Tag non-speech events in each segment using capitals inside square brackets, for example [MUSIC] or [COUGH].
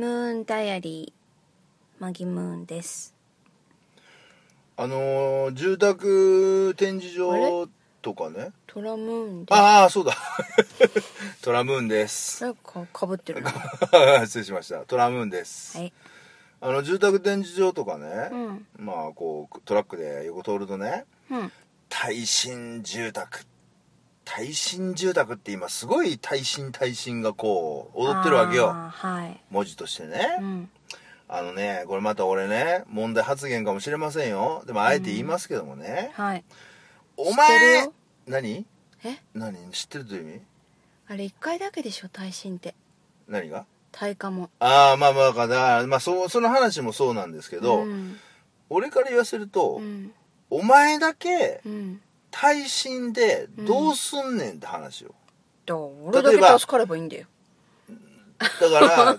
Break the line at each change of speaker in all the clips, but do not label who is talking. ンダイアリーマギムーンです
あのー住宅展示
あ
場とかね
トラムーンで
ああーそうだ [LAUGHS] トラムーンです [LAUGHS]
なんかかぶってるなは
失礼しましたトラムーンです、
い
あの住宅展示場とかね、
うん
まあこうトラックで横通るとね
うん
耐震住宅耐震住宅って今すごい耐震耐震がこう踊ってるわけよ
あーはい
文字としてね、
うん
あのねこれまた俺ね問題発言かもしれませんよでもあえて言いますけどもね、
はい
お
知ってる
前
よ
何
え
何知ってるという意味
あれ一回だけでしょ耐震って
何が
耐火も
ああまあまあだから、まあ、そうその話もそうなんですけど、
うん
俺から言わせると、
うん
お前だけ
うん
耐震でどうすんねんって話よ、
だから俺だけ助かればいいんだよ
だ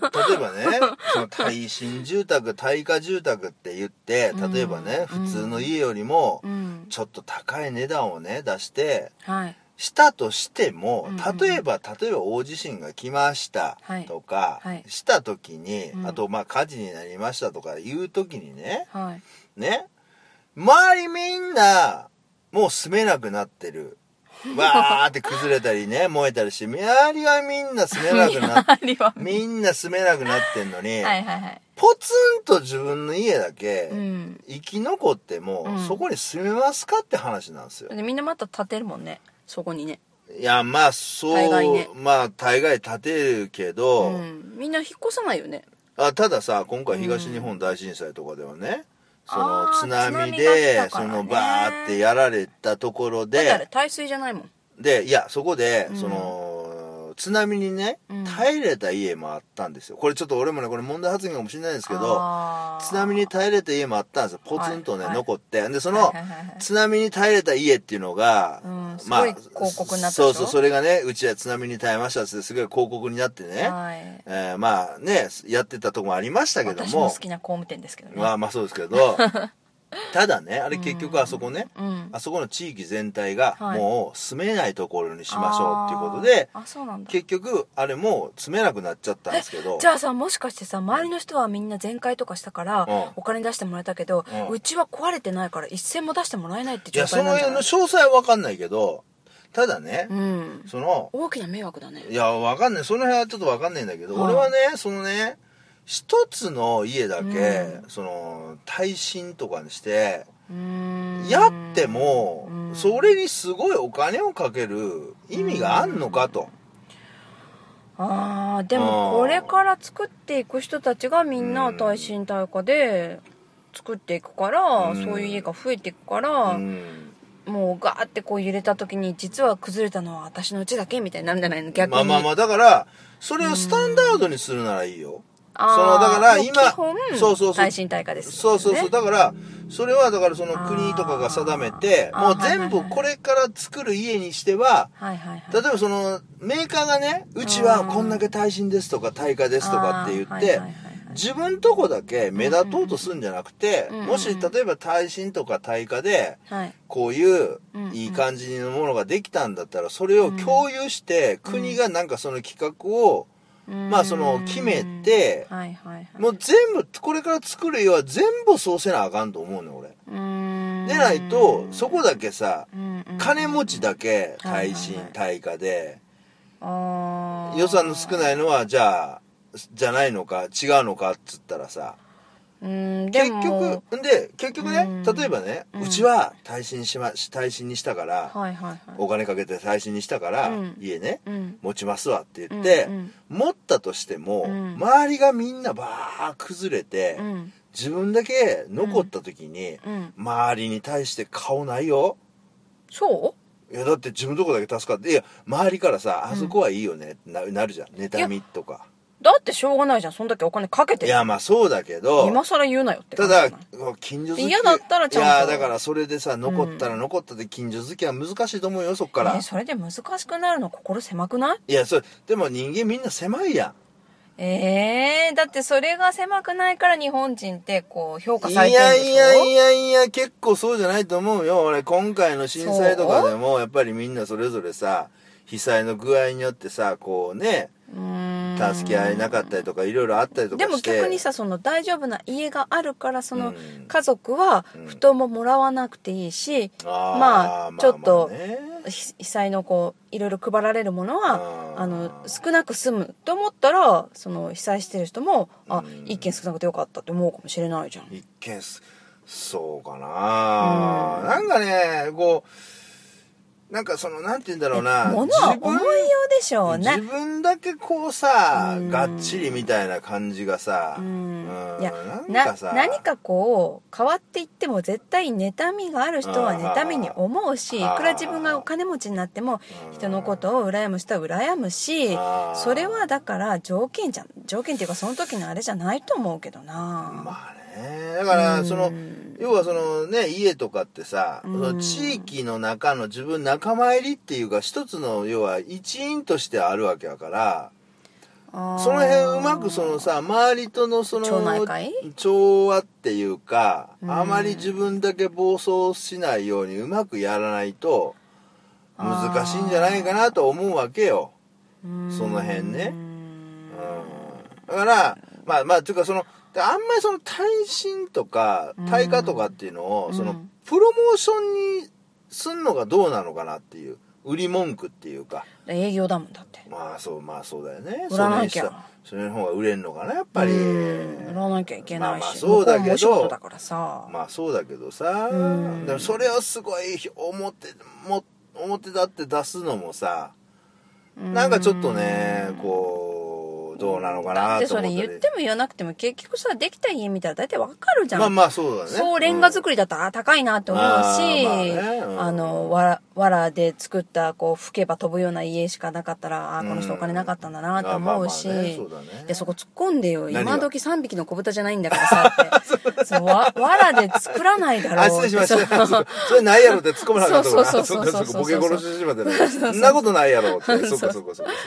から
[LAUGHS]
例えばねその耐震住宅耐火住宅って言って例えばね、
うん
普通の家よりも
うん
ちょっと高い値段をね出して
はい
したとしても、
うん
例えば例えば大地震が来ました
はい
とか、
はい
した時に、
うん
あとまあ火事になりましたとかいう時にね
はい
ね周りみんなもう住めなくなってる。わーって崩れたりね燃えたりして周りはみんな住めな
[LAUGHS]
くなっ
ありは
みんな住めなくなってんのに、
はいはいはい
ポツンと自分の家だけ
うん
生き残っても、
うん
そこに住めますかって話なんですよ。
でみんなまた建てるもんねそこにね
いやまあそう
大概ね
まあ大概建てるけど、
うんみんな引っ越さないよね
あたださ今回東日本大震災とかではね、その
あー
津波
津波が
で
来たか
そ
らね
のバーってやられたところ
だってあれ
で
耐水じゃないもん
でいやそこで、
うん
その津波にね
うん
耐えれた家もあったんですよこれちょっと俺もねこれ問題発言かもしれないんですけど津波に耐えれた家もあったんですよポツンと
は
ね、
いはい
残ってで
そ
その、津波に耐えれた家っていうのが、
うんすごい広告になったでしょ
そうそうそれがねうちは津波に耐えましたっつってすごい広告になってね、
はい
えーまあねやってたとこもありましたけど
私
も
の好きな工務店ですけどね
まあまあそうです
[LAUGHS]
けどただねあれ結局あそこね、
うん
あそこの地域全体が
はい
もう住めないところにしましょうっていうことで、
あーあそうなんだ
結局あれもう住めなくなっちゃったんですけ
[LAUGHS]
ど
じゃあさもしかしてさ周りの人はみんな全壊とかしたから、
うん
お金出してもらえたけど、
う
うんちは壊れてないから一銭も出してもらえないって
い
状
やそ
態
の
なんじゃ
辺
な
の
い
詳細は分かんないけどただね、
うん
その
大きな迷惑だね
いや、わかんない。その辺はちょっとわかんないんだけど、
はい
俺はね、そのね、一つの家だけ、
う
その、耐震とかにして、
うーん
やっても、
うん
それにすごいお金をかける意味があんのかと。
あーで
う
も
ん
これから作っていく人たちがみんな耐震耐火で作っていくから、
うん
そういう家が増えていくか
う
ら、
ん
もうガーってこう揺れた時に実は崩れたのは私のうちだけみたいになるんじゃないの逆に
まあまあまあ、だから、それをスタンダードにするならいいよ。
あー
そのだから
もう
今
基本
そうそうそう
耐震耐火です、
そうそうそう。
ね
だから、それはだからその国とかが定めて、
あー
もう
あー
全
はい
部
はいはい
これから作る家にしては、
はいはいはい
例えばそのメーカーがねうちはこんだけ耐震ですとか耐火ですとかって言
あーは
っ
い
て
はいはいはい
自分とこだけ目立とうとするんじゃなくて
うんうん
もし例えば耐震とか耐火で
はい
こういう
うんうん
いい感じのものができたんだったらそれを共有して国がなんかその企画をまあその決めて
うんはいはいはい
もう全部これから作る家は全部そうせなあかんと思うの俺。
うーん
でないとそこだけさ
うんうん
金持ちだけ耐
はい
震
は
耐火で。
あー
予算の少ないのはじゃあじゃないのか違うのかっつったらさ
うんで
結
も
局で結局ね
うん
例えばね、
う
うんちは耐震しまし耐震にしたから、
はいはいはい
お金かけて耐震にしたから、
うん
家ね
うん
持ちますわって言って、
うんうん
持ったとしても、
うん
周りがみんなバー崩れて、
うん
自分だけ残った時に、
うん
周りに対して顔ないよ
そ
いやだって自分のとこだけ助かっていや周りからさ、あそこはいいよねってななるじゃん妬みとか
うだってしょうがないじゃんそんだけお金かけて
い
る
やまあそうだけど
今更言うなよって
た
感じじゃ
だ
ない
近所付き
嫌だったらちゃんと
いやだからそれでさ残ったら残ったで近所付きは難しいと思うよそっから、
えーそれで難しくなるの心狭くない
いやそれでも人間みんな狭いや
ええだってそれが狭くないから日本人ってこう評
ん
価
い
されてるん
や
でしょ
いやいやいや結構そうじゃないと思うよ俺今回の震災とかでもやっぱりみんなそれぞれさ被災の具合によってさこうね、
うん
助け合えなかったりとかいろいろあったりとか
でも
して
逆にさその大丈夫な家があるからその
うん
家族は
うん
布団ももらわなくていいし、
あー
まあちょっと
まあね
ひ被災のこういろいろ配られるものは
あー
あの少なく済むと思ったらその被災してる人もあ
うん
一件少なくてよかったって思うかもしれないじゃん。
一見すそうかな、なんかねこうなんかそのなんて言うんだろうな
ものは
自
思い
分
ようでしょう
自
ね。
分だけこうさ、
うん
がっちりみたいな感じがさ、
うん
うん
いや
なん
な
かさ
何かこう変わっていっても絶対妬みがある人は
あー
妬みに思うしい
あー
くら自分がお金持ちになっても
うん
人のことを羨む人は羨むし
あー
それはだから条件じゃん条件っていうかその時のあれじゃないと思うけどな、
まあねだからその、
うん
要はそのね家とかってさ、
うん
その地域の中の自分仲間入りっていうか一つの要は一員としてあるわけやから
あー
その辺うまくそのさ周りとのその
町内会
調和っていうか、
うん
あまり自分だけ暴走しないようにうまくやらないと難しいんじゃないかなと思うわけよ。
そ
その辺ね
う
だからまあまあというかそのであんまりその耐震とか
うん
耐火とかっていうのを、
うん
そのプロモーションにすんのがどうなのかなっていう売り文句っていうか
ん営業だもんだって
まあそうまあそうだよね
売らなきゃ
それにしたそれの方が売れんのかなやっぱり
うん売らなきゃいけないし、
まあまあそうだけど
向こもお仕事だからさ、
まあそうだけどさ
うん
でもそれをすごい表も表立って出すのもさなんかちょっとねこうどうなのかな
で
と
そ
思
れ
った
言っ
り
ても言わなくても結局さできた家見たら大体わかるじゃん、
まあまあそうだね
そうレンガ
り
作りだったらあ高いなって思うし、
あーまあ
あ
ねうん
のわらわらで作ったこう吹けば飛ぶような家しかなかったらあーこの人お金なかったんだなって思うし、
まあまあねそうだね
でそこ突っ込んでよ
何が
今時3匹の子豚じゃないんだからさ
[LAUGHS]
ってそうわわらで作らないだろう
あ、失礼しまし
そう
た。そう [LAUGHS] それないやろって突っ込まなかったから。
そうそうそうそう
っかっかボケ殺ししまってね。そんなことないやろって。そうかそうかそうかそうか
[LAUGHS]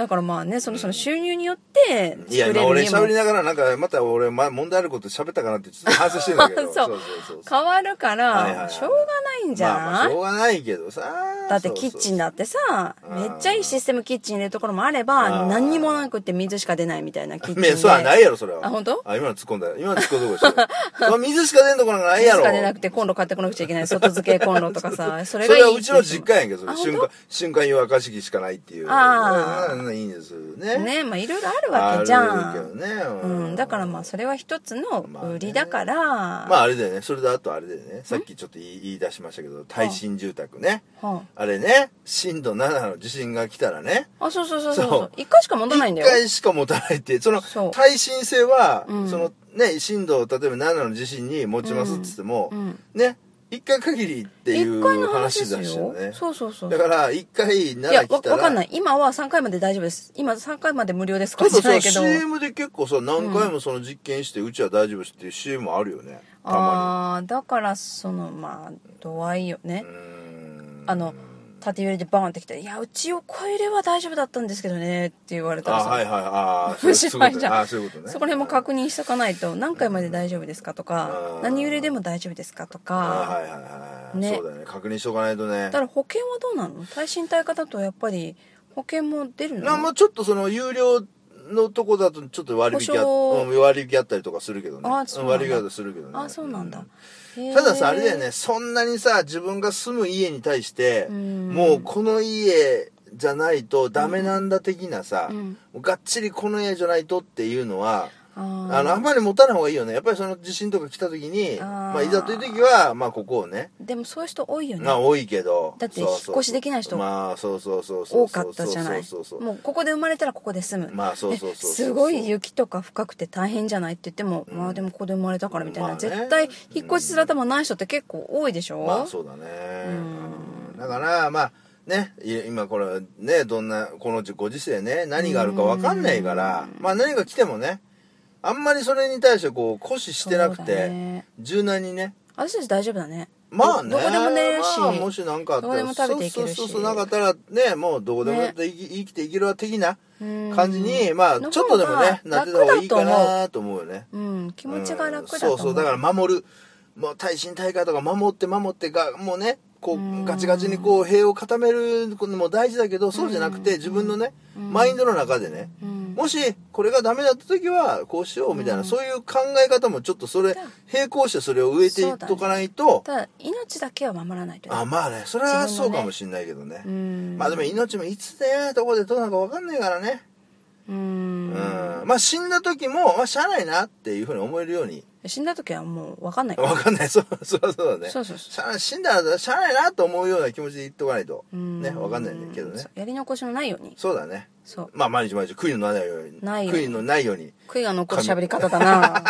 だからまあねそのその収入によって
そうか。いや、
作れる
今俺
家
喋り
も
ながらなんか、また俺、ま、問題あること喋ったかなってちょっと反省してんだけど。
そう
そうそう。
変わるか
はいはいは
ら
い
しょうがないんじゃない、
まあまあしょうがないけどさ。
だってキッチン
だ。
だってさ
そう
めっちゃいいシステムキッチン入れるところもあれば
あー
何にもなくって水しか出ないみたいなキッチン
[LAUGHS] い
で
や、そうはないやろ、それは。
あ本当
あ、今の突っ込んだよ。今の突っ込んだとこでしょ。その水しか出んとこなんかないや
水
ろ。
しか出なくてコンロ買ってこなくちゃいけない外付けコンロとか
[LAUGHS]
さそ
そ
れがいい
れはうちの実家やんけ、それ。
あ
瞬
本
間、瞬間湯沸かし器しかないっていう。
あー
うんいいんですよ
当
ね。
ねまあいろいろある
あ
わ
る
けじゃ
けど
ん、
ね
う
うん
ん、だからまあそれは一つの
まあね
売りだから、
まああれだよねそれであとあれだよねさっきちょっと言い言い出しましたけど耐震住宅ね
は
あれね震度7の地震が来たらね
あ、あそうそうそうそう
そう
一回しか持たないん
1
だよ
回しか持たないっていうその
そう
耐震性は
うん
そのね震度を例えば7の地震に持ちますっつっても
うん
ね1回限りってい
一回
う
の話で
話
す
だし
よ、
ね
そうそうそう
だから1回
いや
7
わ
来たら
わかんない今は3回まで大丈夫です今3回まで無料ですか
結
らじ
構
ゃない
さ
けど
CM で結構さ何回もその実験してうちは大丈夫ですっていう CM もあるよねたま
ああーだからそのまあ度合いよね
にう、ーん
あの縦揺れでバーンってきて「いやうちを超えれば大丈夫だったんですけどね」って言われたら
あ
さ、
はいはいあ
[LAUGHS]
ー
知らんじゃん
あーそういうことね
そこら辺も確認しとかないと何回まで大丈夫ですかとか
うん
何揺れでも大丈夫ですかと
あー
か
はいはいはい、
ね
そうだよね確認しとかないとね
だから保険はどうなの耐震耐火だとやっぱり保険も出る
な
の
まあちょっとその有料のとこだとちょっと割引あ
保証
うん割引あったりとかするけどね
あそうなんだ
割引あったりするけどね
あそうなんだ、へー
たださあれだよねそんなにさ自分が住む家に対して
うん
もうこの家じゃないとダメなんだ的なさ、
うん
がっちりこの家じゃないとっていうのは
あー
あのあんまり持たない方がいいよねやっぱりその地震とか来た時に
あー
まあ、いざという時は、まあ、ここをね
でもそういう人多いよね
まあ多いけど
だって
そうそう
引っ越しできない人
まあそうそうそうそう
多かったじゃない
そうそうそう
もうここで生まれたらここで住む
まあそうそう
え
そう
すごい雪とか深くて大変じゃないって言っても、
うん
まあでもここで生まれたからみたいな、
まあね
絶対引っ越しすらたもない人って結構多いでしょ、
まあそうだねだからまあねい今これねどんなこのご時世ね何があるか分かんないからまあ何が来てもねあんまりそれに対してこう固視してなく
そうだ
て、
ね
柔軟にね
私たち大丈夫だね
まあね
どどこでも寝れるし、
まあ、もし何かあったら
どこでも食べていけるし
そうそうそうそうなかったらねもうどこでもだって生き,、生きていけるわ的な
うん
感じに、まあちょ
の方が
っとでもねなってた方がいいかなと思うよね
うん気持ちが楽だと
そ
思う、
うそうだから守るもう耐震大会とか守って守ってがもうねこ
うん
うガチガチにこう塀を固めるのも大事だけどそうじゃなくて自分のね
うん
マインドの中でね
うん
もしこれがダメだった時はこうしようみたいなそういう考え方もちょっとそれ並行してそれを植えていっとかないと
ただ命だけは守らないとね
あまあねそれはそうかもしんないけどね
うん
まあでも命もいつねどこでどうなるか分かんないからね
う
うんんまあ死んだ時もまあしゃあないなっていうふうに思えるように
死んだ時はもう分かんないから
分かんないそうそうそうだね
そうそうそう
しゃあ死んだらしゃあないなと思うような気持ちで言っとかないと
うん
ね分かんないんだけどね
そうやり残しのないように
そうだね
そう
まあ毎日毎日悔いのないように
ないように
悔いのないように
悔いが残る喋り方だな